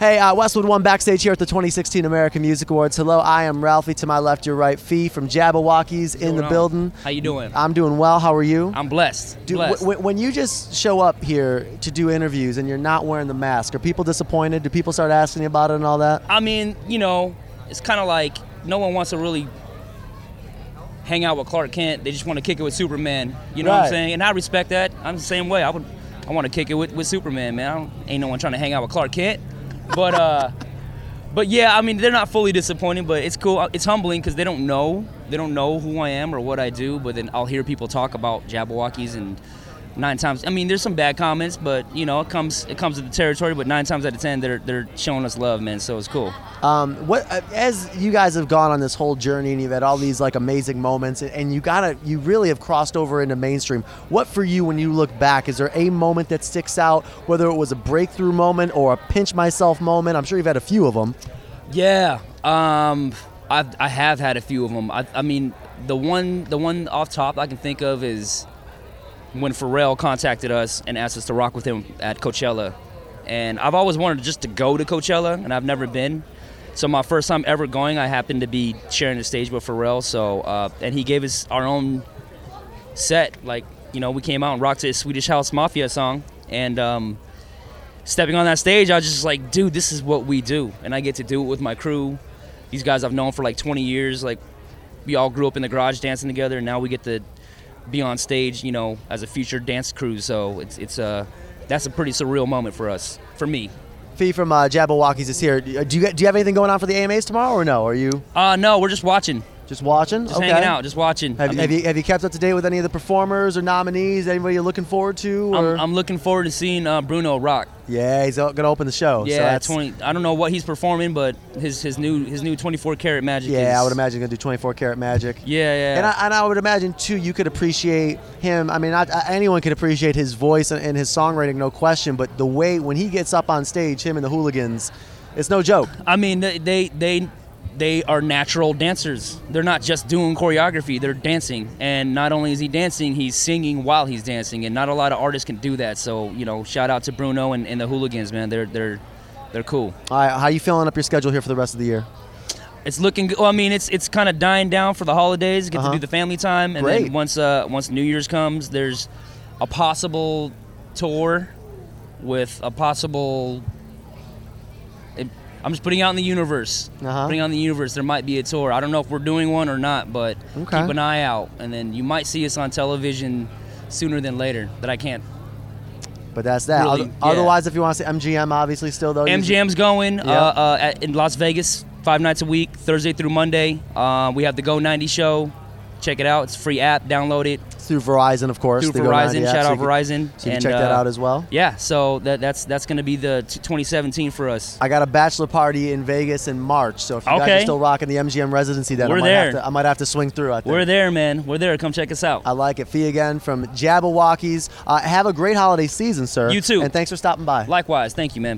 Hey, uh, Westwood One backstage here at the 2016 American Music Awards. Hello, I am Ralphie. To my left, your right, Fee from Jabberwockies in the Going on? building. How you doing? I'm doing well. How are you? I'm blessed. Dude, blessed. w- when you just show up here to do interviews and you're not wearing the mask, are people disappointed? Do people start asking you about it and all that? I mean, you know, it's kind of like no one wants to really hang out with Clark Kent. They just want to kick it with Superman. You know what Right. I'm saying? And I respect that. I'm the same way. I would, I want to kick it with, with Superman, man. I don't, ain't no one trying to hang out with Clark Kent. But, uh, but yeah, I mean, they're not fully disappointed, but it's cool. Uh, It's humbling because they don't know. They don't know who I am or what I do. But then I'll hear people talk about Jabberwockies and. Nine times, I mean, there's some bad comments, but you know, it comes it comes to the territory. But nine times out of ten, they're they're showing us love, man. So it's cool. Um, what uh, as you guys have gone on this whole journey and you've had all these like amazing moments and- and you gotta you really have crossed over into mainstream. What for you when you look back? Is there a moment that sticks out? Whether it was a breakthrough moment or a pinch myself moment, I'm sure you've had a few of them. Yeah, um, I've, I have had a few of them. I, I mean, the one the one off top I can think of is when Pharrell contacted us and asked us to rock with him at Coachella, and I've always wanted just to go to Coachella, and I've never been. So my first time ever going, I happened to be sharing the stage with Pharrell. So uh, and he gave us our own set. Like you know, we came out and rocked to his Swedish House Mafia song, and um, stepping on that stage, I was just like, dude, this is what we do, and I get to do it with my crew. These guys I've known for like 20 years. Like, we all grew up in the garage dancing together, and now we get to be on stage, you know, as a future dance crew. So it's it's uh, that's a pretty surreal moment for us, for me. Fee from uh, Jabberwockies is here. Do you do you have anything going on for the AMAs tomorrow or no? Are you Uh, no, we're just watching, just watching? just hanging out, just watching. Have, I mean, have you have you kept up to date with any of the performers or nominees? Anybody you're looking forward to? I'm, Or? I'm looking forward to seeing uh, Bruno rock. yeah, he's o- gonna open the show. Oh, so Yeah, that's, 20. I don't know what he's performing, but his his new his new 24 karat magic. is- Yeah, I would imagine he's gonna do 24 karat magic. Yeah, yeah. And I, and I would imagine too, you could appreciate him. I mean, I, I- anyone could appreciate his voice and, and his songwriting, no question. But the way when he gets up on stage, him and the Hooligans, it's no joke. I mean, they they they, they are natural dancers. They're not just doing choreography; they're dancing. And not only is he dancing, he's singing while he's dancing. And not a lot of artists can do that. So you know, shout out to Bruno and, and the Hooligans, man. They're they're they're cool. All right, how you filling up your schedule here for the rest of the year? It's looking. good. Well, I mean, it's it's kind of dying down for the holidays. Get Uh-huh. to do the family time, and Great. then once uh once New Year's comes, there's a possible tour with a possible. It, I'm just putting out in the universe. Uh-huh. Putting out in the universe, there might be a tour. I don't know if we're doing one or not, but Okay. keep an eye out, and then you might see us on television sooner than later. That I can't. But that's that. Really, Oth- yeah. Otherwise, if you want to see MGM, obviously still though. you- MGM's going Yeah. uh, uh, at, in Las Vegas five nights a week, Thursday through Monday. Uh, we have the Go 90 show. Check it out. It's a free app. Download it through Verizon, of course. through they go down to Verizon. the app, Shout so out you can- Verizon. So you can check that uh, out as well. Yeah. So that, that's that's going to be the t- 2017 for us. I got a bachelor party in Vegas in March, so if you guys Okay. are still rocking the MGM residency, then I We're might have there. to I might have to swing through. I think. We're there, man. We're there. Come check us out. I like it. Fee again from Jabberwockies. Uh, have a great holiday season, sir. You too. And thanks for stopping by. Likewise. Thank you, man.